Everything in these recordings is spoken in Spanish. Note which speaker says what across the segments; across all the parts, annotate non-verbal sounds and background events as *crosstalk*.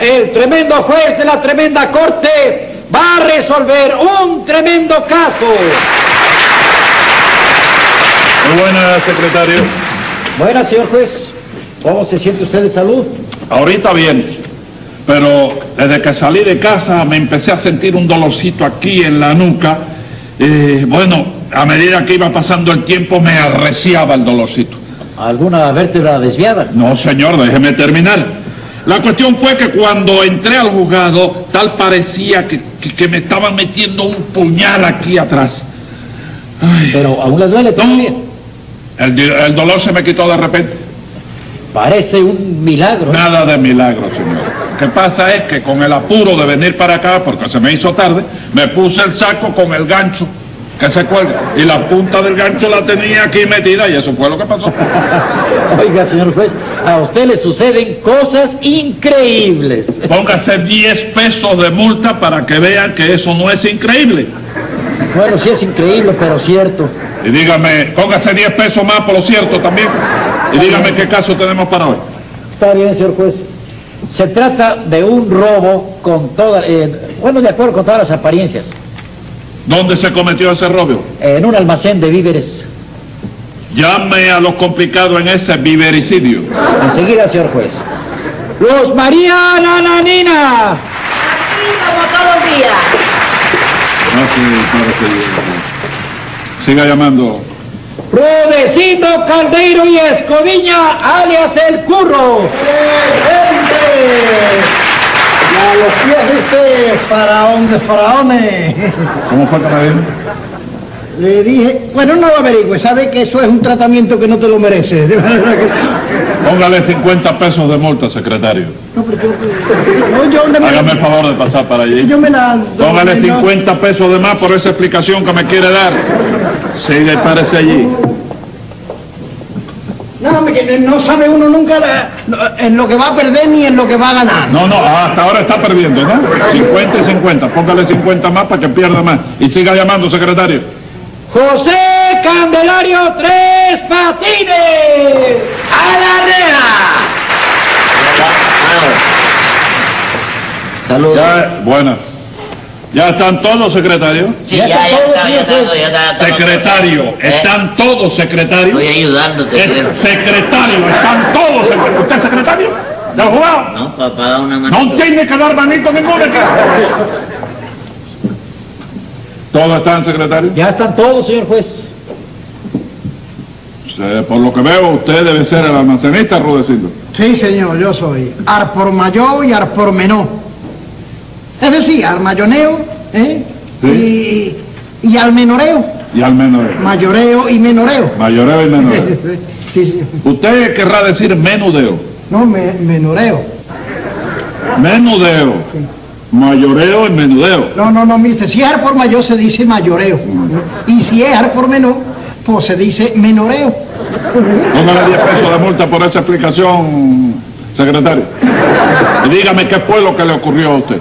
Speaker 1: el tremendo juez de la tremenda corte va a resolver un tremendo caso.
Speaker 2: Muy buenas, secretario.
Speaker 1: Buenas, señor juez. ¿Cómo se siente usted de salud?
Speaker 2: Ahorita bien, pero desde que salí de casa me empecé a sentir un dolorcito aquí en la nuca. Eh, bueno, a medida que iba pasando el tiempo me arreciaba el dolorcito.
Speaker 1: ¿Alguna vértebra desviada?
Speaker 2: No, señor, déjeme terminar. La cuestión fue que cuando entré al juzgado, tal parecía que, que- que me estaban metiendo un puñal aquí atrás. Ay,
Speaker 1: Pero aún le duele todavía.
Speaker 2: el, di- el dolor se me quitó de repente.
Speaker 1: Parece un milagro.
Speaker 2: Nada de milagro, señor. Lo que pasa es que con el apuro de venir para acá, porque se me hizo tarde, me puse el saco con el gancho que se cuelga. Y la punta del gancho la tenía aquí metida y eso fue lo que pasó.
Speaker 1: Oiga, señor juez, a usted le suceden cosas increíbles.
Speaker 2: Póngase 10 pesos de multa para que vean que eso no es increíble.
Speaker 1: Bueno, sí es increíble, pero cierto.
Speaker 2: Y dígame, póngase 10 pesos más por lo cierto también. Y dígame qué caso tenemos para hoy.
Speaker 1: Está bien, señor juez. Se trata de un robo con toda, eh, bueno, de acuerdo con todas las apariencias,
Speaker 2: ¿Dónde se cometió ese robo?
Speaker 1: en un almacén de víveres.
Speaker 2: Llame a los complicados en ese vivericidio.
Speaker 1: Enseguida, señor juez. Los María Nananina.
Speaker 3: Aquí como todos los días.
Speaker 2: Gracias, padre querido. Siga llamando.
Speaker 1: Rodecito Caldeiro y Escoviña, alias El Curro. ¡Presente! Y a los pies de este faraón de faraones.
Speaker 2: ¿Cómo fue que me dijo?
Speaker 4: Le dije, bueno, no lo averigüe, sabe que eso es un tratamiento que no te lo mereces. De verdad que-
Speaker 2: Póngale 50 pesos de multa, secretario.
Speaker 4: No, pero yo, no, yo me,
Speaker 2: Hágame el favor de pasar para allí.
Speaker 4: yo me la... no,
Speaker 2: Póngale
Speaker 4: no,
Speaker 2: 50 pesos de más por esa explicación que me quiere dar. Sigue, párese allí.
Speaker 4: No, hombre, que no sabe uno nunca la- no, en lo que va a perder ni en lo que va a ganar.
Speaker 2: No, no, hasta ahora está perdiendo, ¿no? 50 y 50. Póngale 50 más para que pierda más. Y siga llamando, secretario.
Speaker 1: José Candelario Tres Patines. ¡A la rea! Saludos.
Speaker 2: Ya, buenas. ¿Ya están todos, secretario?
Speaker 5: Sí,
Speaker 1: Ya
Speaker 5: ya,
Speaker 1: está
Speaker 5: ya,
Speaker 1: todo
Speaker 5: está, ya
Speaker 1: bien,
Speaker 5: está,
Speaker 1: pues.
Speaker 5: ya está, ya está.
Speaker 2: Secretario,
Speaker 5: Eh,
Speaker 2: ¿están todos, secretario?
Speaker 5: Estoy ayudándote, creo.
Speaker 2: Eh, Secretario, están todos, secretario. ¿Usted es secretario? ¿De jugado?
Speaker 5: No, papá, da una mano.
Speaker 2: No tiene que dar manito ninguno aquí. ¿Todos están, secretario?
Speaker 1: Ya están todos, señor juez.
Speaker 2: Eh, por lo que veo, usted debe ser el almacenista, Rudecindo.
Speaker 4: Sí, señor, yo soy ar por mayor y ar por menor. Es decir, al mayoneo, ¿eh?
Speaker 2: Sí.
Speaker 4: Y, y al menoreo,
Speaker 2: Y al menos.
Speaker 4: mayoreo y menoreo.
Speaker 2: Mayoreo y menoreo.
Speaker 4: *laughs* Sí, sí.
Speaker 2: Usted querrá decir menudeo.
Speaker 4: No, me- menoreo.
Speaker 2: Menudeo. Mayoreo y menudeo.
Speaker 4: No, no, no, mire, si es ar por mayor se dice mayoreo. Y si es ar por menor, pues se dice menoreo.
Speaker 2: Póngale 10 pesos de multa por esa explicación, secretario. Y dígame qué fue lo que le ocurrió a usted.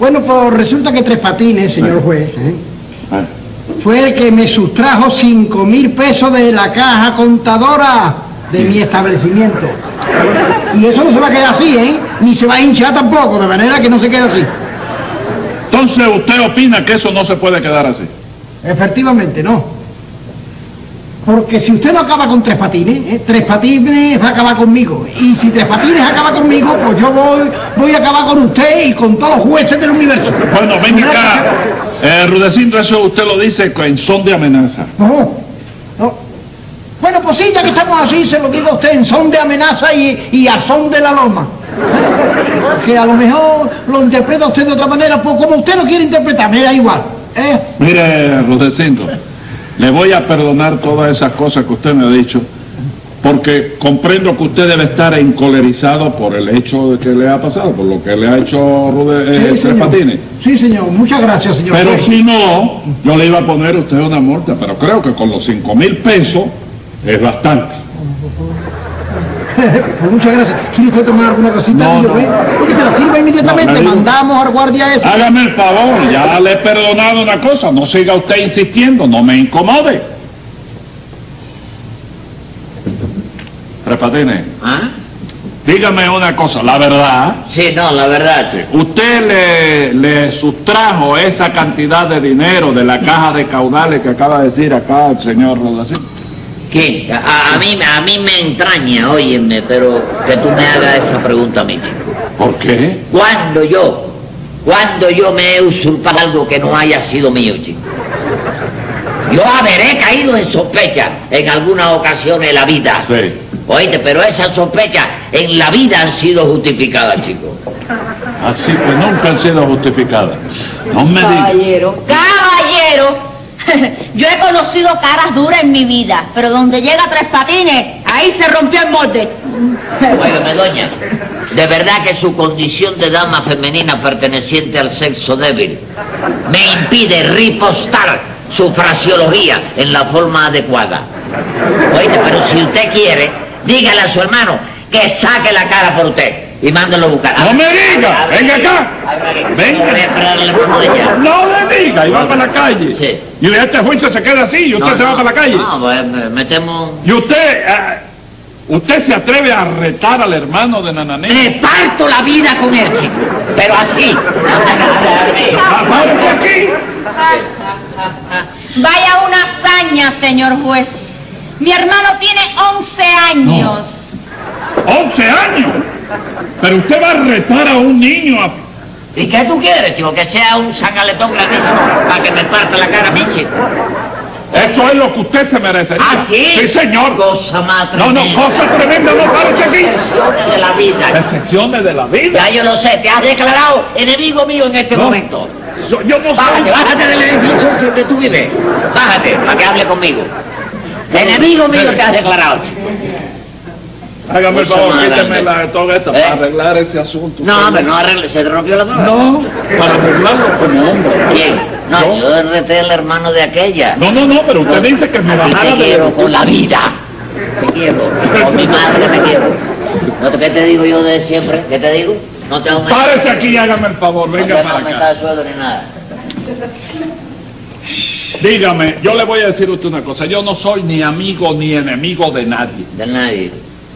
Speaker 4: Bueno, pues resulta que Tres Patines, señor
Speaker 2: Sí.
Speaker 4: juez, ¿eh?
Speaker 2: Eh,
Speaker 4: fue el que me sustrajo cinco mil pesos de la caja contadora de mi establecimiento. Y eso no se va a quedar así, ¿eh? Ni se va a hinchar tampoco, de manera que no se quede así.
Speaker 2: Entonces, ¿usted opina que eso no se puede quedar así?
Speaker 4: Efectivamente, no. Porque si usted no acaba con tres patines, ¿eh? tres patines va a acabar conmigo. Y si tres patines acaba conmigo, pues yo voy, voy a acabar con usted y con todos los jueces del universo.
Speaker 2: Bueno, venga acá. Eh, Rudecindo, eso usted lo dice en son de amenaza.
Speaker 4: No, no. Bueno, pues sí, ya que estamos así, se lo digo a usted en son de amenaza y, y a son de la loma. Que a lo mejor lo interpreta usted de otra manera, pues como usted lo quiere interpretar, me da igual. ¿eh?
Speaker 2: Mire, Rudecindo, le voy a perdonar todas esas cosas que usted me ha dicho, porque comprendo que usted debe estar encolerizado por el hecho de que le ha pasado, por lo que le ha hecho Rude, eh,
Speaker 4: Sí,
Speaker 2: Tres
Speaker 4: señor.
Speaker 2: Patines.
Speaker 4: Sí, señor. Muchas gracias, señor.
Speaker 2: Pero
Speaker 4: juez.
Speaker 2: si no, yo le iba a poner a usted una multa, pero creo que con los cinco mil pesos es bastante.
Speaker 4: *laughs* Pues muchas gracias. ¿Quiere usted tomar alguna cosita?
Speaker 2: No,
Speaker 4: Dile,
Speaker 2: no.
Speaker 4: pues, Porque se la sirva inmediatamente.
Speaker 2: No, me digo-
Speaker 4: Mandamos al guardia eso.
Speaker 2: Hágame el favor, ya le he perdonado una cosa, no siga usted insistiendo, no me incomode. Tres Patines,
Speaker 5: ¿Ah?
Speaker 2: Dígame una cosa, la verdad,
Speaker 5: Sí, no, la verdad.
Speaker 2: usted le, le sustrajo esa cantidad de dinero de la caja de caudales que acaba de decir acá el señor Rodacín.
Speaker 5: ¿Quién? A, a mí, a mí me entraña, óyeme, pero que tú me hagas esa pregunta a mí, chico.
Speaker 2: ¿Por qué?
Speaker 5: ¿Cuándo yo? ¿Cuándo yo me he usurpado algo que no haya sido mío, chico? Yo haberé caído en sospecha en alguna ocasión en la vida.
Speaker 2: Sí.
Speaker 5: Oíste, pero esas sospechas en la vida han sido justificadas, chico.
Speaker 2: Así que nunca han sido justificadas. No me diga.
Speaker 3: Caballero, caballero. *laughs* Yo he conocido caras duras en mi vida, pero donde llega tres patines, ahí se rompió el
Speaker 5: *laughs*
Speaker 3: molde.
Speaker 5: Óigame, doña, de verdad que su condición de dama femenina perteneciente al sexo débil me impide ripostar su fraseología en la forma adecuada. Oíste, pero si usted quiere, dígale a su hermano que saque la cara por usted y mándelo a buscar.
Speaker 2: ¡No me diga!
Speaker 5: Abre,
Speaker 2: ¡Venga acá!
Speaker 5: abre aquí.
Speaker 2: Venga.
Speaker 5: No voy a esperarle el juego de ella.
Speaker 2: No me diga, y va para la calle.
Speaker 5: Sí.
Speaker 2: Y este juicio se queda así, y usted
Speaker 5: No,
Speaker 2: se va
Speaker 5: no,
Speaker 2: para la calle.
Speaker 5: No, pues, me- me temo...
Speaker 2: Y usted, ah, usted se atreve a retar al hermano de Nananí.
Speaker 5: Reparto la vida con él, chico, pero así.
Speaker 2: ¡Apárate aquí!
Speaker 3: Vaya una hazaña, señor juez. Mi hermano tiene 11 años.
Speaker 2: ¡11 años! Pero usted va a retar a un niño a...
Speaker 5: ¿Y qué tú quieres, chico? Que sea un sangaletón grandísimo para que me parte la cara a mí, chico.
Speaker 2: Eso es lo que usted se merece.
Speaker 5: ¿Ah, sí?
Speaker 2: Sí, señor.
Speaker 5: Cosa más
Speaker 2: No, no,
Speaker 5: tremenda.
Speaker 2: cosa tremenda, no parece así.
Speaker 5: Excepciones de la vida.
Speaker 2: Excepciones de la vida.
Speaker 5: Ya yo lo sé, te has declarado enemigo mío en este
Speaker 2: No.
Speaker 5: momento.
Speaker 2: Yo, yo no
Speaker 5: Bájate,
Speaker 2: soy...
Speaker 5: bájate del edificio donde tú vives. Bájate, para que hable conmigo. Enemigo mío
Speaker 2: Espere.
Speaker 5: te has declarado, chico.
Speaker 2: Hágame el
Speaker 5: Cosa
Speaker 2: favor,
Speaker 5: más
Speaker 2: quíteme la de todo esto para
Speaker 5: ¿Eh?
Speaker 2: arreglar ese asunto.
Speaker 5: No, hombre, no arregle, se te rompió la droga.
Speaker 2: No, para arreglarlo como hombre.
Speaker 5: ¿Quién? No,
Speaker 2: Yo.
Speaker 5: yo derreté al hermano de aquella.
Speaker 2: No, no, no, pero usted dice que me
Speaker 5: A ti
Speaker 2: bajara
Speaker 5: te
Speaker 2: de...
Speaker 5: quiero con la vida. Te quiero. Con mi madre me quiero. ¿No te- ¿Qué te digo yo de siempre? ¿Qué te digo? No te aumento.
Speaker 2: Párese aquí y hágame el favor,
Speaker 5: No te
Speaker 2: venga
Speaker 5: van a
Speaker 2: para acá.
Speaker 5: aumentar el sueldo ni nada.
Speaker 2: Dígame, yo le voy a decir a usted una cosa, yo no soy ni amigo ni enemigo de nadie.
Speaker 5: De nadie.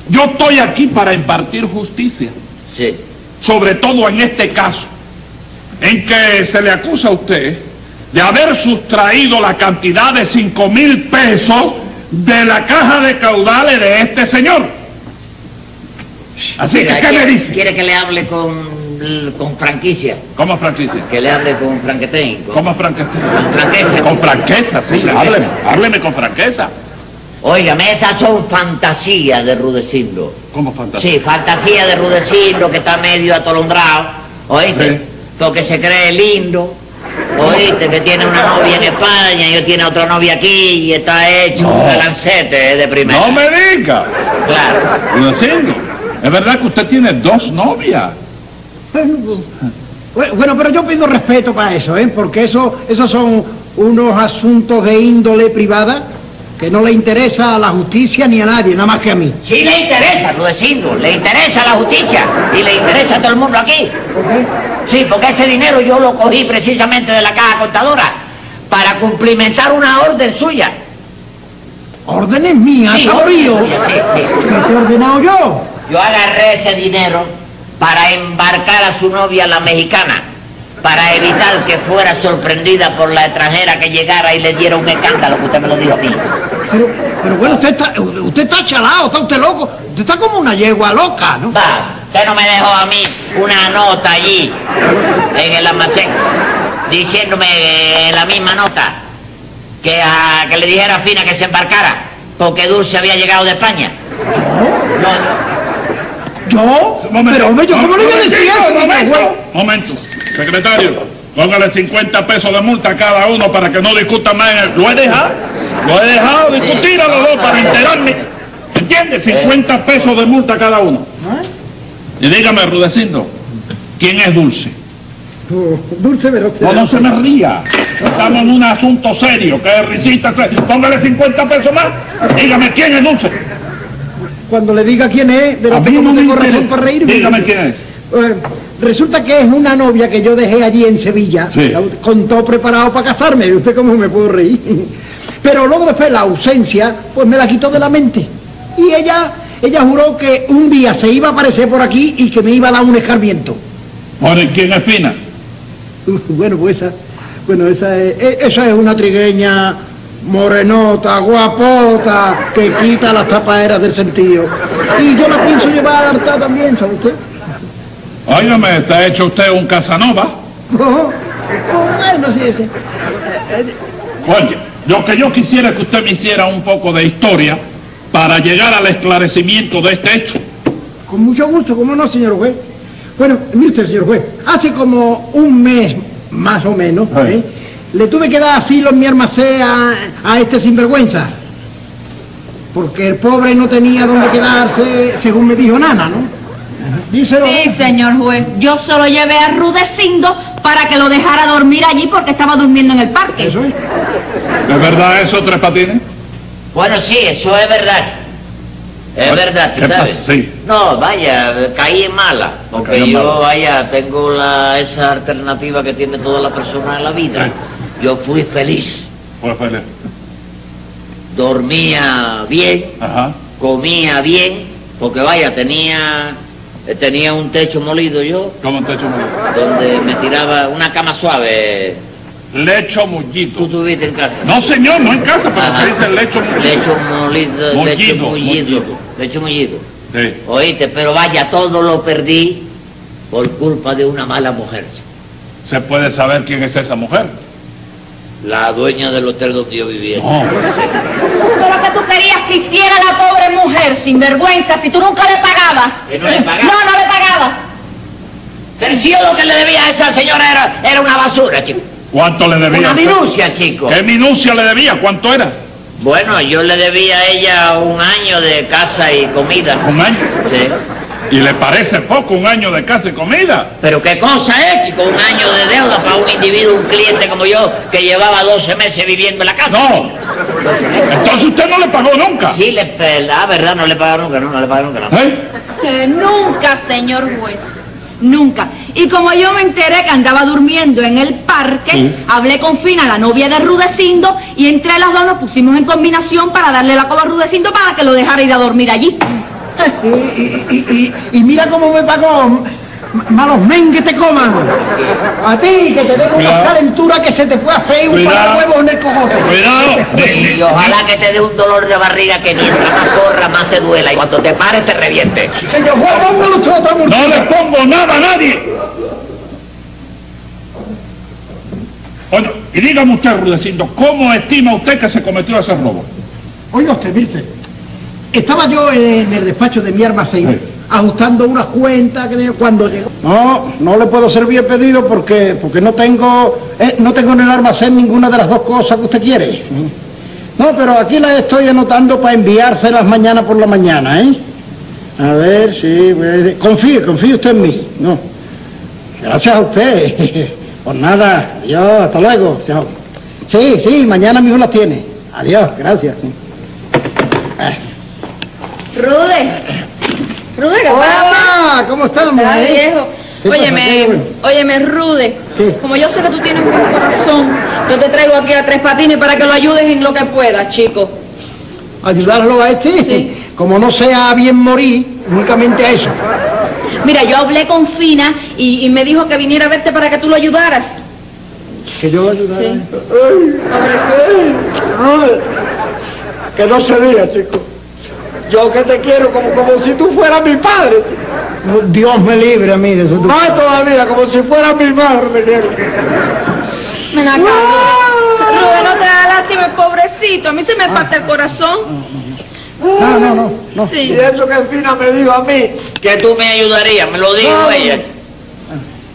Speaker 2: Yo estoy aquí para impartir justicia,
Speaker 5: Sí.
Speaker 2: sobre todo en este caso, en que se le acusa a usted de haber sustraído la cantidad de 5 mil pesos de la caja de caudales de este señor. Así que,
Speaker 5: Mira,
Speaker 2: ¿qué le
Speaker 5: ¿quiere-
Speaker 2: dice?
Speaker 5: ¿Quiere que le hable con, con franquicia?
Speaker 2: ¿Cómo, Franquicia?
Speaker 5: Que le hable con franquetén. Con,
Speaker 2: ¿Cómo, Franquicia?
Speaker 5: con franqueza.
Speaker 2: Con franqueza, sí,
Speaker 5: Con franqueza.
Speaker 2: hábleme, hábleme con franqueza.
Speaker 5: Óigame, esas son fantasías de Rudecindo.
Speaker 2: ¿Cómo, fantasía?
Speaker 5: Sí, fantasía de Rudecindo que está medio atolondrado, ¿oíste?
Speaker 2: Sí.
Speaker 5: Porque se cree lindo, ¿oíste? Que tiene una novia en España, yo tiene otra novia aquí y está hecho
Speaker 2: No.
Speaker 5: un relancete eh, de primera.
Speaker 2: ¡No me diga!
Speaker 5: Claro.
Speaker 2: Rudecindo, es verdad que usted tiene dos novias.
Speaker 4: pues, Bueno, bueno, pero yo pido respeto para eso, ¿eh? Porque eso, esos son unos asuntos de índole privada que no le interesa a la justicia ni a nadie, nada más que a mí.
Speaker 5: Sí le interesa Rudecindo, le interesa la justicia y le interesa a todo el mundo aquí. Sí, porque ese dinero yo lo cogí precisamente de la caja contadora para cumplimentar una orden suya.
Speaker 4: Órdenes mías,
Speaker 5: Sí,
Speaker 4: saborío.
Speaker 5: órdenes mías, sí, sí.
Speaker 4: ¿Qué te he ordenado yo?
Speaker 5: Yo agarré ese dinero para embarcar a su novia, la mexicana, para evitar que fuera sorprendida por la extranjera que llegara y le diera un escándalo, que usted me lo dijo a mí.
Speaker 4: Pero, pero bueno, usted está, usted está chalado, está usted loco. Usted está como una yegua loca, ¿no?
Speaker 5: Va, usted no me dejó a mí una nota allí, en el almacén, diciéndome eh, la misma nota, que, a- que le dijera a Fina que se embarcara, porque Dulce había llegado de España. No,
Speaker 4: ¿Yo? Pero hombre, yo cómo le voy a decir eso,
Speaker 2: Momento,
Speaker 4: niña
Speaker 2: momento,
Speaker 4: güey?
Speaker 2: momento. Secretario, póngale 50 pesos de multa a cada uno para que no discutan más. en el- Lo he dejado, lo he dejado discutir a los dos para enterarme. ¿Entiende?
Speaker 4: Eh.
Speaker 2: 50 pesos de multa a cada uno. Y dígame, Rudecindo, ¿quién es Dulce?
Speaker 4: Oh, Dulce Verónica.
Speaker 2: No, no se me ría. Estamos en un asunto serio, que risita. se- Póngale 50 pesos más. Dígame, ¿quién es Dulce?
Speaker 4: Cuando le diga quién es, de
Speaker 2: A
Speaker 4: lo
Speaker 2: mí
Speaker 4: que
Speaker 2: no
Speaker 4: no
Speaker 2: me
Speaker 4: tengo razón
Speaker 2: interesa.
Speaker 4: para reírme.
Speaker 2: Dígame quién es.
Speaker 4: Eh, resulta que es una novia que yo dejé allí en Sevilla,
Speaker 2: Sí.
Speaker 4: la- con todo preparado para casarme, *laughs* ¿y usted cómo me puedo *laughs* reír? Pero luego después la ausencia, pues me la quitó de la mente. Y ella, Ella juró que un día se iba a aparecer por aquí y que me iba a dar un escarmiento. *laughs*
Speaker 2: ¿Por el quién espina?
Speaker 4: Bueno, pues esa, bueno, esa es, e- esa es una trigueña morenota, guapota, que quita las tapaderas del sentido. Y yo la pienso llevar a hartar también, ¿sabe usted? *laughs*
Speaker 2: Óigame, está hecho usted un Casanova.
Speaker 4: No, bueno, sí, sí. Eh,
Speaker 2: Oye, lo que yo quisiera es que usted me hiciera un poco de historia para llegar al esclarecimiento de este hecho.
Speaker 4: Con mucho gusto, ¿cómo no, señor juez? Bueno, mire usted, señor juez, hace como un mes, más o menos,
Speaker 2: Sí.
Speaker 4: ¿eh? le tuve que dar asilo en mi almacén a, a este sinvergüenza. Porque el pobre no tenía dónde quedarse, según me dijo Nana, ¿no? Díselo.
Speaker 3: Sí, señor juez. Yo solo llevé a Rudecindo para que lo dejara dormir allí porque estaba durmiendo en el parque.
Speaker 4: Eso ¿eh? es.
Speaker 2: ¿Es verdad eso, Tres Patines?
Speaker 5: Bueno, sí, eso es verdad. Es
Speaker 2: Bueno,
Speaker 5: verdad,
Speaker 2: ¿qué
Speaker 5: tú sabes.
Speaker 2: pasa? Sí.
Speaker 5: No, vaya, caí en mala. Porque
Speaker 2: cayó en
Speaker 5: yo,
Speaker 2: mala.
Speaker 5: vaya, tengo la, esa alternativa que tiene toda la persona en la vida.
Speaker 2: Sí.
Speaker 5: Yo fui feliz.
Speaker 2: Pues Felipe.
Speaker 5: Dormía bien,
Speaker 2: Ajá.
Speaker 5: comía bien, porque vaya, tenía, eh, tenía un techo molido yo,
Speaker 2: ¿Cómo te hecho mullido?
Speaker 5: donde me tiraba una cama suave.
Speaker 2: Lecho mullito.
Speaker 5: Tú tuviste en casa.
Speaker 2: No, señor, no en casa, pero
Speaker 5: Ajá.
Speaker 2: se dice lecho mullito.
Speaker 5: Lecho molido, lecho
Speaker 2: Mullido,
Speaker 5: mullido,
Speaker 2: mullido.
Speaker 5: lecho mullido.
Speaker 2: Sí.
Speaker 5: Oíste, pero vaya, todo lo perdí por culpa de una mala mujer.
Speaker 2: ¿Se puede saber quién es esa mujer?
Speaker 5: La dueña del hotel donde yo vivía.
Speaker 2: No.
Speaker 3: Pero que tú querías que hiciera la pobre mujer sin vergüenza si tú nunca le pagabas.
Speaker 5: Que no le pagaba.
Speaker 3: No, no le pagabas.
Speaker 5: Pero si yo lo que le debía a esa señora era, era una basura, chico.
Speaker 2: ¿Cuánto le debía?
Speaker 5: Una
Speaker 2: usted?
Speaker 5: minucia, chico.
Speaker 2: ¿Qué minucia le debía? ¿Cuánto era?
Speaker 5: Bueno, yo le debía a ella un año de casa y comida.
Speaker 2: ¿Un año?
Speaker 5: Sí.
Speaker 2: ¿Y le parece poco un año de casa y comida?
Speaker 5: Pero qué cosa es, chico, un año de deuda para un individuo, un cliente como yo, que llevaba 12 meses viviendo en la casa.
Speaker 2: No. Entonces usted no le pagó nunca.
Speaker 5: Sí, le, la verdad, no le pagaron nunca, no, no le pagaron nunca. no.
Speaker 2: ¿Eh?
Speaker 3: Eh, nunca, señor juez. Nunca. Y como yo me enteré que andaba durmiendo en el parque,
Speaker 2: Sí.
Speaker 3: hablé con Fina, la novia de Rudecindo, y entre las dos nos pusimos en combinación para darle la coba a Rudecindo para que lo dejara ir a dormir allí.
Speaker 4: Y, y- y- y- y mira cómo me pagó. m- Malos men que te coman. A ti que te den una
Speaker 2: Cuidado.
Speaker 4: calentura que se te pueda hacer un par de
Speaker 2: Cuidado.
Speaker 4: huevos en el cojote.
Speaker 2: Cuidado. Ni-
Speaker 5: Y
Speaker 2: ni-
Speaker 5: ojalá que te dé un dolor de barriga que mientras más corra, más te duela. Y cuando te pares, te reviente.
Speaker 4: Señor juez, póngalo usted otra multa.
Speaker 2: No le pongo nada a nadie. Bueno, y dígame usted, Rudecindo, ¿cómo estima usted que se cometió ese robo?
Speaker 4: Oiga usted, mire usted. Estaba yo en, en el despacho de mi almacén,
Speaker 2: Sí.
Speaker 4: ajustando unas cuentas que tenía cuando llegó. No, no le puedo servir el pedido porque, porque no tengo eh, no tengo en el almacén ninguna de las dos cosas que usted quiere. No, pero aquí las estoy anotando para enviárselas mañana por la mañana, ¿eh? A ver, sí, pues, confíe, confíe usted en mí. No. Gracias a usted. *laughs* Por nada, adiós, hasta luego. Chao. Sí, sí, mañana mismo las tiene. Adiós, gracias.
Speaker 3: Rude. Rude, ¿qué
Speaker 4: Hola, ¿cómo estamos?
Speaker 3: Está
Speaker 4: eh?
Speaker 3: viejo.
Speaker 4: ¿Qué pasa? ¿Qué
Speaker 3: Óyeme,
Speaker 4: bueno?
Speaker 3: óyeme, Rude,
Speaker 4: ¿Qué?
Speaker 3: como yo sé que tú tienes buen corazón, yo te traigo aquí a Tres Patines para que lo ayudes en lo que puedas, chico.
Speaker 4: ¿Ayudarlo a este?
Speaker 3: Sí.
Speaker 4: Como no sea bien morir, únicamente a eso.
Speaker 3: Mira, yo hablé con Fina y, y me dijo que viniera a verte para que tú lo ayudaras.
Speaker 4: Que yo ayudara.
Speaker 3: Sí.
Speaker 4: Que no se diga, chico. Yo que te quiero como, como si tú fueras mi padre. Dios me libre a mí de eso. Más todavía, como si fuera mi madre, me quiero.
Speaker 3: Ven acá. Rude, no te da lástima, pobrecito. A mí se
Speaker 5: Ah.
Speaker 3: me parte el corazón.
Speaker 4: No, no, no. no.
Speaker 3: Sí.
Speaker 4: eso que Fina me dijo a mí.
Speaker 5: Que tú me ayudarías, me lo dijo
Speaker 4: No.
Speaker 5: ella.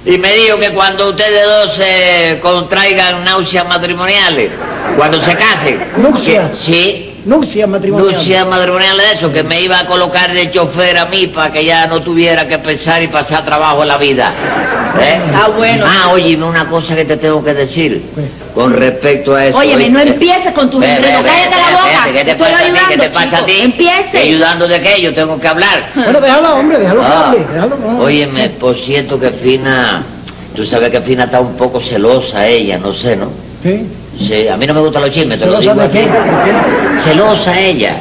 Speaker 5: Y me dijo que cuando ustedes dos se contraigan náuseas matrimoniales, cuando se casen.
Speaker 4: Náuseas.
Speaker 5: que- Sí,
Speaker 4: Nuncia matrimonial.
Speaker 5: náuseas matrimoniales de eso, que me iba a colocar de chofer a mí para que ya no tuviera que pensar y pasar trabajo en la vida. ¿Eh?
Speaker 3: Ah, bueno.
Speaker 5: Ah, óyeme una cosa que te tengo que decir con respecto a eso.
Speaker 3: Óyeme, no
Speaker 5: ¿oíste?
Speaker 3: empieces con tus
Speaker 5: Ve, ve,
Speaker 3: enredos.
Speaker 5: ve,
Speaker 3: Cállate la
Speaker 5: espérate,
Speaker 3: boca.
Speaker 5: ¿Qué te
Speaker 3: Estoy
Speaker 5: pasa a ti? ¿Qué te
Speaker 3: ayudando,
Speaker 5: pasa
Speaker 3: chico.
Speaker 5: a ti?
Speaker 3: Empiece.
Speaker 5: ¿Estoy ayudando de qué? Yo tengo que hablar.
Speaker 4: Bueno, déjalo, hombre, *laughs* déjalo que
Speaker 5: Ah,
Speaker 4: hable, déjalo. no.
Speaker 5: Óyeme, por cierto que Fina, tú sabes que Fina está un poco celosa ella, no sé, ¿no?
Speaker 4: Sí.
Speaker 5: Sí, a mí no me gustan los chismes, te
Speaker 4: ¿Tú
Speaker 5: lo
Speaker 4: no
Speaker 5: digo
Speaker 4: sabes
Speaker 5: así.
Speaker 4: qué? ¿Por qué?
Speaker 5: Celosa ella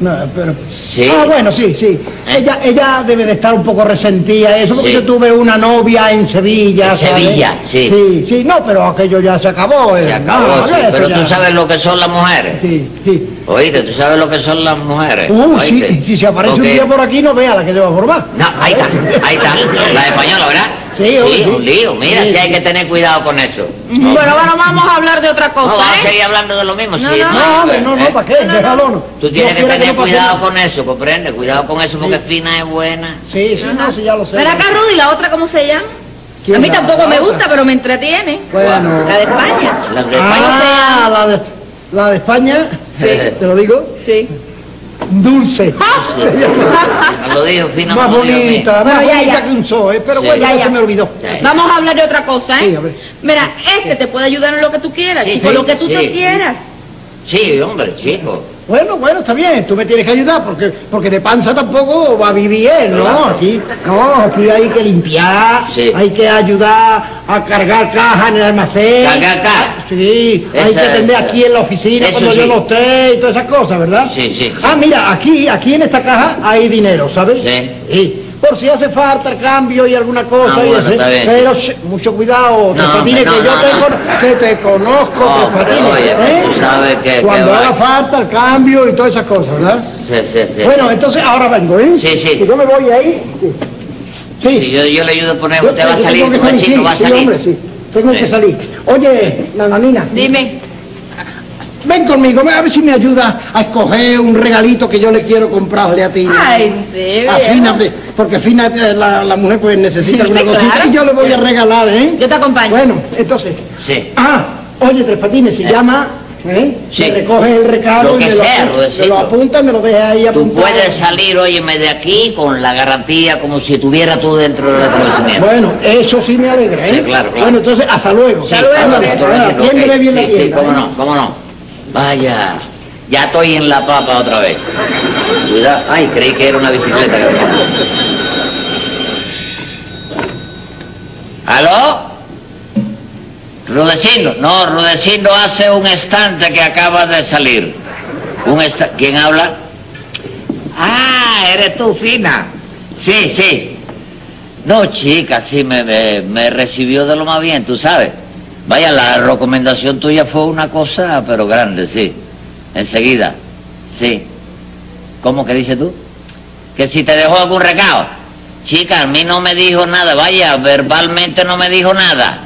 Speaker 4: No, pero...
Speaker 5: Sí.
Speaker 4: Ah, bueno, sí, sí.
Speaker 5: ¿Eh?
Speaker 4: Ella, ella debe de estar un poco resentida eso, porque
Speaker 5: Sí.
Speaker 4: yo tuve una novia en Sevilla.
Speaker 5: En
Speaker 4: ¿sabes?
Speaker 5: Sevilla, sí.
Speaker 4: Sí, sí, no, pero aquello ya se acabó. eh,
Speaker 5: Se acabó,
Speaker 4: no,
Speaker 5: sí,
Speaker 4: eso
Speaker 5: pero
Speaker 4: ya-
Speaker 5: tú sabes lo que son las mujeres.
Speaker 4: Sí, sí.
Speaker 5: Oíste, tú sabes lo que son las mujeres.
Speaker 4: Uh,
Speaker 5: oíste.
Speaker 4: sí, si se aparece
Speaker 5: Porque-
Speaker 4: un día por aquí, no vea la que lleva por más.
Speaker 5: No, ahí está, ahí está. La española, ¿verdad?
Speaker 4: Sí, hombre, sí.
Speaker 5: un lío. Mira,
Speaker 4: Sí,
Speaker 5: sí hay
Speaker 4: sí.
Speaker 5: que tener cuidado con eso.
Speaker 3: Bueno, bueno, vamos a hablar de otra
Speaker 5: No,
Speaker 3: cosa,
Speaker 5: vamos a
Speaker 3: ¿eh?
Speaker 5: seguir hablando de lo mismo.
Speaker 3: No,
Speaker 5: sí,
Speaker 3: no,
Speaker 4: No, Ah, hombre, no,
Speaker 5: ¿eh?
Speaker 4: no, ¿para qué? Déjalo, no.
Speaker 5: Tú tienes
Speaker 4: Dios
Speaker 5: que
Speaker 4: quiera
Speaker 5: tener
Speaker 4: no pase
Speaker 5: cuidado
Speaker 4: nada.
Speaker 5: con eso, comprende, cuidado con eso porque
Speaker 4: Sí.
Speaker 5: Fina es buena.
Speaker 4: Sí, sí, no, sí, ya lo sé.
Speaker 3: Pero acá, Rudy, ¿la otra cómo se llama?
Speaker 4: ¿Quién
Speaker 3: A mí
Speaker 4: la-
Speaker 3: tampoco
Speaker 4: la
Speaker 3: me
Speaker 4: otra?
Speaker 3: gusta, pero me entretiene.
Speaker 4: Bueno.
Speaker 3: La de España.
Speaker 5: La de España.
Speaker 4: Ah, la de, la de España,
Speaker 5: *laughs* Sí.
Speaker 4: te lo digo,
Speaker 3: Sí.
Speaker 4: dulce.
Speaker 3: Ah.
Speaker 4: Se llama.
Speaker 5: Me lo dijo Fina.
Speaker 4: más
Speaker 5: me lo dijo a mí.
Speaker 4: bonita, más
Speaker 3: Bueno, ya,
Speaker 4: bonita
Speaker 3: ya.
Speaker 4: que un zoo, ¿eh? pero
Speaker 5: Sí.
Speaker 4: bueno,
Speaker 5: Ya,
Speaker 4: ya
Speaker 3: ya.
Speaker 4: se me olvidó.
Speaker 5: Sí.
Speaker 3: Vamos a hablar de otra cosa, ¿eh?
Speaker 4: Sí, a ver.
Speaker 3: Mira, este te puede ayudar en lo que tú quieras,
Speaker 5: Sí,
Speaker 3: chico,
Speaker 5: sí,
Speaker 3: lo que tú
Speaker 5: sí.
Speaker 3: te quieras.
Speaker 5: Sí, hombre, chico.
Speaker 4: Bueno, bueno, está bien, tú me tienes que ayudar porque porque de panza tampoco va a vivir él, ¿no?
Speaker 5: Claro.
Speaker 4: Aquí, no, aquí hay que limpiar,
Speaker 5: Sí.
Speaker 4: hay que ayudar a cargar cajas en el almacén.
Speaker 5: Cargar cajas.
Speaker 4: Sí, hay
Speaker 5: Esa
Speaker 4: que
Speaker 5: es,
Speaker 4: atender
Speaker 5: eh,
Speaker 4: aquí en la oficina
Speaker 5: eso
Speaker 4: cuando yo
Speaker 5: sí.
Speaker 4: no esté y todas esas cosas, ¿verdad?
Speaker 5: Sí, sí, sí.
Speaker 4: Ah, mira, aquí, aquí en esta caja hay dinero, ¿sabes?
Speaker 5: Sí.
Speaker 4: Por si hace falta el cambio y alguna cosa.
Speaker 5: Ah,
Speaker 4: y
Speaker 5: bueno,
Speaker 4: eso, ¿eh?
Speaker 5: está bien.
Speaker 4: Pero sh, mucho cuidado,
Speaker 5: No,
Speaker 4: Trespatine,
Speaker 5: no,
Speaker 4: que yo
Speaker 5: no,
Speaker 4: te,
Speaker 5: no.
Speaker 4: cono- que te conozco,
Speaker 5: No, pero
Speaker 4: Trespatine,
Speaker 5: oye,
Speaker 4: ¿eh?
Speaker 5: tú sabes que- que
Speaker 4: Cuando
Speaker 5: va-
Speaker 4: haga falta el cambio y todas esas cosas, ¿verdad?
Speaker 5: Sí, sí, sí.
Speaker 4: bueno, entonces ahora vengo, ¿eh?
Speaker 5: Sí, sí.
Speaker 4: Que yo me voy ahí. Sí.
Speaker 5: Sí, yo, yo le ayudo a poner,
Speaker 4: Yo-
Speaker 5: usted va a
Speaker 4: yo
Speaker 5: salir,
Speaker 4: tengo que
Speaker 5: muchachito,
Speaker 4: sí,
Speaker 5: va a
Speaker 4: sí,
Speaker 5: salir.
Speaker 4: hombre, sí. Tengo
Speaker 5: Sí.
Speaker 4: que salir. Oye, nananina.
Speaker 3: Dime.
Speaker 4: Ven conmigo, ven a ver si me ayuda a escoger un regalito que yo le quiero comprarle a ti.
Speaker 3: Ay, sí,
Speaker 4: A
Speaker 3: viejo.
Speaker 4: Fina, pe- porque Fina, eh, la, la mujer, pues necesita
Speaker 3: Sí,
Speaker 4: alguna cosita
Speaker 3: claro.
Speaker 4: y yo le voy a regalar, ¿eh?
Speaker 3: Yo te acompaño.
Speaker 4: Bueno, entonces.
Speaker 5: Sí.
Speaker 4: Ah, oye, Tres Patines, se
Speaker 5: Eh.
Speaker 4: llama, ¿eh?
Speaker 5: Sí.
Speaker 4: Me recoge el recado
Speaker 5: Lo que
Speaker 4: y me lo,
Speaker 5: sea,
Speaker 4: apunta,
Speaker 5: Rudecito.
Speaker 4: me lo apunta y me lo deja ahí
Speaker 5: Tú
Speaker 4: apuntado.
Speaker 5: puedes salir, óyeme, de aquí con la garantía como si estuviera tú dentro del reconocimiento.
Speaker 4: Bueno, eso sí me alegra, ¿eh?
Speaker 5: Sí, claro, claro.
Speaker 4: Bueno, entonces, hasta luego.
Speaker 5: Sí,
Speaker 4: Ándale,
Speaker 5: claro, claro, claro,
Speaker 4: atiéndeme
Speaker 5: ok.
Speaker 4: bien la
Speaker 5: Sí, sí,
Speaker 4: tienda,
Speaker 5: cómo
Speaker 4: ¿eh?
Speaker 5: no, cómo no. Vaya, ya estoy en la papa otra vez. Cuidado. Ay, creí que era una bicicleta. ¿Aló? Rudecindo. No, Rudecindo hace un estante que acaba de salir. Un esta- ¿Quién habla? Ah, eres tú, Fina. Sí, sí. No, chica, sí, me, me, me recibió de lo más bien, tú sabes. Vaya, la recomendación tuya fue una cosa, pero grande, sí. Enseguida, sí. ¿Cómo que dices tú? Que si te dejó algún recado. Chica, a mí no me dijo nada, vaya, verbalmente no me dijo nada.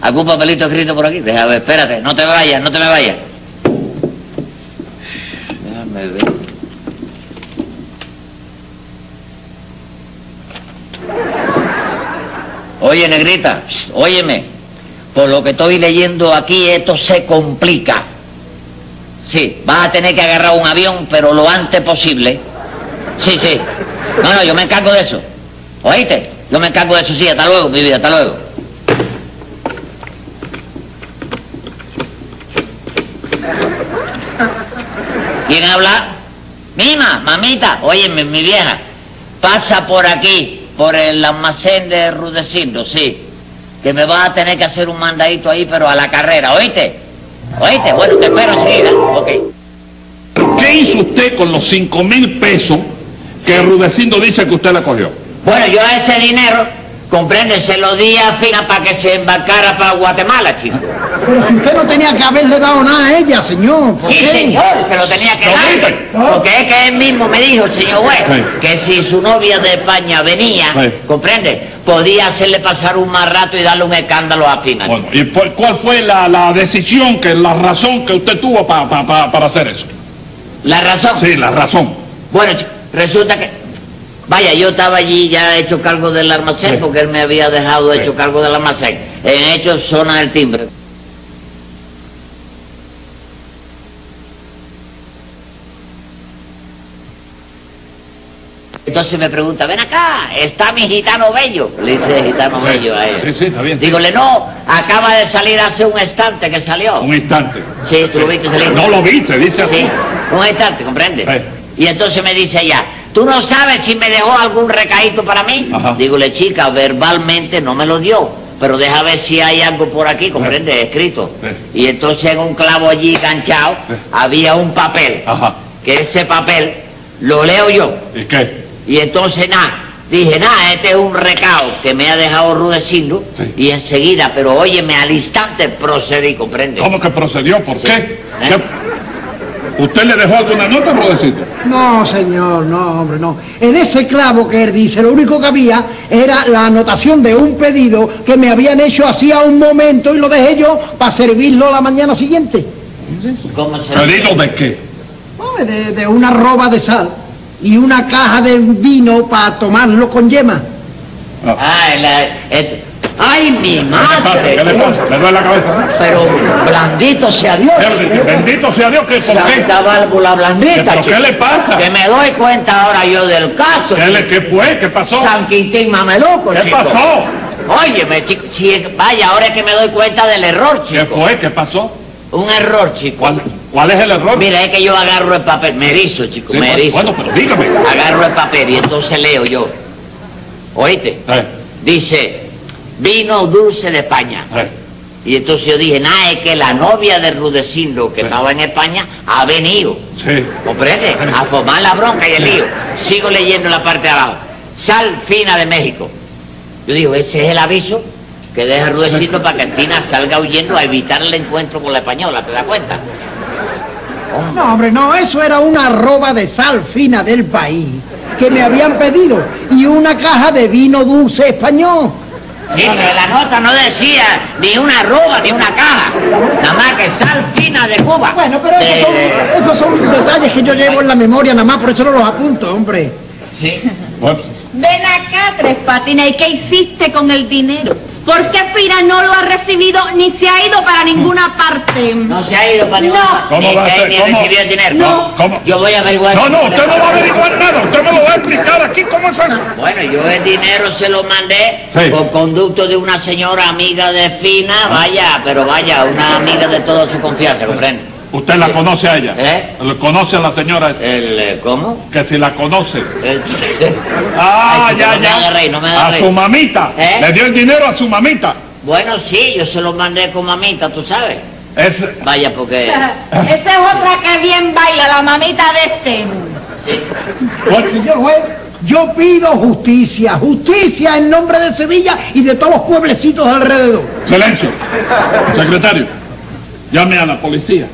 Speaker 5: ¿Algún papelito escrito por aquí? Déjame, ver, espérate, no te vayas, no te me vayas. Déjame ver. Oye, negrita, psst, óyeme, por lo que estoy leyendo aquí, esto se complica. Sí, vas a tener que agarrar un avión, pero lo antes posible. Sí, sí. No, no, yo me encargo de eso. ¿Oíste? Yo me encargo de eso, sí, hasta luego, mi vida, hasta luego. ¿Quién habla? Mima, mamita, óyeme, mi vieja, pasa por aquí, por el almacén de Rudecindo, sí, que me vas a tener que hacer un mandadito ahí, pero a la carrera, ¿oíste? ¿Oíste? Bueno, te espero enseguida, ok.
Speaker 2: ¿Qué hizo usted con los cinco mil pesos que Rudecindo dice que usted la cogió?
Speaker 5: Bueno, yo ese dinero, comprende, se lo di a Fina para que se embarcara para Guatemala, chico.
Speaker 4: Pero si usted no tenía que haberle dado nada a ella, señor. ¿por
Speaker 5: Sí,
Speaker 4: qué?
Speaker 5: señor, se lo tenía que dar.
Speaker 4: No.
Speaker 5: Porque es que él mismo me dijo, señor juez,
Speaker 2: Sí.
Speaker 5: que si su novia de España venía,
Speaker 2: Sí.
Speaker 5: comprende, podía hacerle pasar un mal rato y darle un escándalo a Fina.
Speaker 2: Bueno, ¿y por- cuál fue la, la decisión, que la razón que usted tuvo pa- pa- pa- para hacer eso?
Speaker 5: La razón.
Speaker 2: Sí, la razón.
Speaker 5: Bueno, ch- resulta que... Vaya, yo estaba allí ya hecho cargo del almacén,
Speaker 2: Sí.
Speaker 5: porque él me había dejado
Speaker 2: Sí.
Speaker 5: hecho cargo del almacén. En hecho, zona del timbre. Entonces me pregunta, ven acá, ¿está mi gitano bello? Le dice gitano bello a
Speaker 2: Sí,
Speaker 5: él.
Speaker 2: sí, está bien.
Speaker 5: Dígole, no, acaba de salir hace un instante que salió.
Speaker 2: Un instante.
Speaker 5: Sí, tú lo viste salir.
Speaker 2: No lo vi, se dice así.
Speaker 5: Sí, un instante, ¿comprende?
Speaker 2: Eh.
Speaker 5: Y entonces me dice ella, ¿tú no sabes si me dejó algún recadito para mí?
Speaker 2: Ajá.
Speaker 5: Dígole, chica, verbalmente no me lo dio, pero deja ver si hay algo por aquí, ¿comprende? Escrito.
Speaker 2: Eh.
Speaker 5: Y entonces en un clavo allí canchado
Speaker 2: Eh.
Speaker 5: había un papel
Speaker 2: Ajá.
Speaker 5: que ese papel lo leo yo.
Speaker 2: ¿Y qué?
Speaker 5: Y entonces nada, dije, nada, este es un recado que me ha dejado Rudecindo.
Speaker 2: Sí.
Speaker 5: Y enseguida, pero óyeme, al instante procedí, ¿comprende?
Speaker 2: ¿Cómo que procedió? ¿Por qué?
Speaker 5: ¿Eh?
Speaker 2: ¿Qué? ¿Usted le dejó alguna nota, Rodecito?
Speaker 4: No, señor, no, hombre, no. En ese clavo que él dice, lo único que había era la anotación de un pedido que me habían hecho hacía un momento y lo dejé yo para servirlo la mañana siguiente.
Speaker 5: ¿Cómo se
Speaker 2: ¿Pedido de qué?
Speaker 4: Hombre, De, de una roba de sal y una caja de vino para tomarlo con yema.
Speaker 5: Ah, la- el- ¡Ay, mi
Speaker 2: ¿Qué le
Speaker 5: madre!
Speaker 2: pasa? ¿Le duele la cabeza?
Speaker 5: Pero blandito sea Dios.
Speaker 2: Pero, Bendito sea Dios, que ¿por qué?
Speaker 5: Santa válvula blandita,
Speaker 2: ¿Pero qué
Speaker 5: chico.
Speaker 2: le pasa?
Speaker 5: Que me doy cuenta ahora yo del caso.
Speaker 2: ¿Qué, le-
Speaker 5: chico.
Speaker 2: qué fue? ¿Qué pasó?
Speaker 5: San Quintín mameluco,
Speaker 2: ¿Qué
Speaker 5: chico.
Speaker 2: pasó?
Speaker 5: Óyeme, chico, si es- vaya, ahora es que me doy cuenta del error,
Speaker 2: ¿Qué
Speaker 5: chico.
Speaker 2: fue? ¿Qué pasó?
Speaker 5: Un error, chico.
Speaker 2: ¿Cuál, cuál es el error?
Speaker 5: Mira, es que yo agarro el papel, me erizo, chico,
Speaker 2: Sí,
Speaker 5: me
Speaker 2: bueno,
Speaker 5: erizo.
Speaker 2: bueno, pero dígame.
Speaker 5: Agarro el papel y entonces leo yo. ¿Oíste?
Speaker 2: Eh,
Speaker 5: Dice, vino dulce de España.
Speaker 2: eh.
Speaker 5: Y entonces yo dije, nada, es que la novia de Rudecindo, que
Speaker 2: Sí.
Speaker 5: estaba en España, ha venido.
Speaker 2: Sí.
Speaker 5: ¿Comprende? A formar la bronca y el lío. Sigo leyendo la parte de abajo. Sal fina de México. Yo digo, ese es el aviso que deja Rudecindo para que Fina salga huyendo a evitar el encuentro con la española, ¿te das cuenta?
Speaker 4: No, hombre, no, eso era una roba de sal fina del país que me habían pedido y una caja de vino dulce español.
Speaker 5: Sí, pero la nota no decía ni una roba ni una caja. Nada más que sal fina de Cuba.
Speaker 4: Bueno, pero esos son,
Speaker 5: Eh,
Speaker 4: esos son detalles que yo llevo en la memoria nada más, por eso no los apunto, hombre.
Speaker 5: sí.
Speaker 2: Bueno,
Speaker 3: Ven acá, Tres Patines, ¿y qué hiciste con el dinero? ¿Por qué Fina no lo ha recibido ni se ha ido para ninguna parte?
Speaker 5: No se ha ido para ningún
Speaker 3: No.
Speaker 5: lado.
Speaker 2: ¿Cómo
Speaker 5: Ni
Speaker 2: va a
Speaker 5: que
Speaker 2: ser?
Speaker 5: ni
Speaker 2: ¿Cómo?
Speaker 5: recibió el dinero.
Speaker 2: No. ¿Cómo?
Speaker 5: Yo voy a averiguar.
Speaker 2: No, no, usted no va a averiguar nada. Usted me lo va a explicar aquí cómo es eso.
Speaker 5: Bueno, yo el dinero se lo mandé
Speaker 2: Sí. Ah.
Speaker 5: por conducto de una señora amiga de Fina, vaya, pero vaya, una amiga de toda su confianza, ¿comprende?
Speaker 2: Usted la conoce a ella.
Speaker 5: ¿Eh?
Speaker 2: ¿Le ¿Conoce a la señora esa?
Speaker 5: El, eh, ¿cómo?
Speaker 2: Que si la conoce.
Speaker 5: El-
Speaker 2: Ah,
Speaker 5: Ay,
Speaker 2: ya,
Speaker 5: no me
Speaker 2: ya.
Speaker 5: haga reír, no me haga
Speaker 2: a
Speaker 5: reír.
Speaker 2: su mamita.
Speaker 5: ¿Eh?
Speaker 2: Le dio el dinero a su mamita.
Speaker 5: bueno, sí, yo se lo mandé con mamita, tú sabes.
Speaker 2: Es,
Speaker 5: Vaya,
Speaker 3: *laughs*
Speaker 5: porque...
Speaker 3: *laughs* Esa es otra que bien baila, la mamita de este.
Speaker 4: Señor juez, yo pido justicia, justicia en nombre de Sevilla y de todos los pueblecitos alrededor.
Speaker 2: Silencio. Secretario, llame a la policía.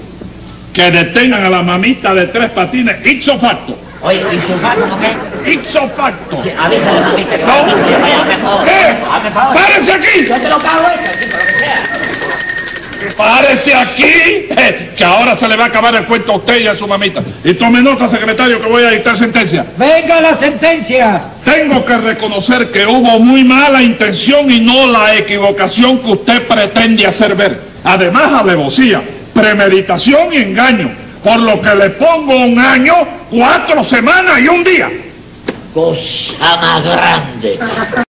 Speaker 2: Que detengan a la mamita de tres patines ipso facto.
Speaker 5: Oye, ¿y su hermano, no qué?
Speaker 2: Ipso facto.
Speaker 5: Sí, Avísale a la mamita que
Speaker 2: No.
Speaker 5: va a venir, vaya, hazme favor,
Speaker 2: ¿Qué?
Speaker 5: hazme favor.
Speaker 2: ¡Párese
Speaker 5: Yo
Speaker 2: aquí!
Speaker 5: te lo pago eso, chico, lo que sea.
Speaker 2: ¡Párese aquí! Eh, Que ahora se le va a acabar el cuento a usted y a su mamita. Y tome nota, secretario, que voy a dictar sentencia.
Speaker 4: Venga la sentencia.
Speaker 2: Tengo que reconocer que hubo muy mala intención y no la equivocación que usted pretende hacer ver. Además, alevosía, premeditación y engaño. Por lo que le pongo un año, cuatro semanas y un día.
Speaker 5: Cosa más grande.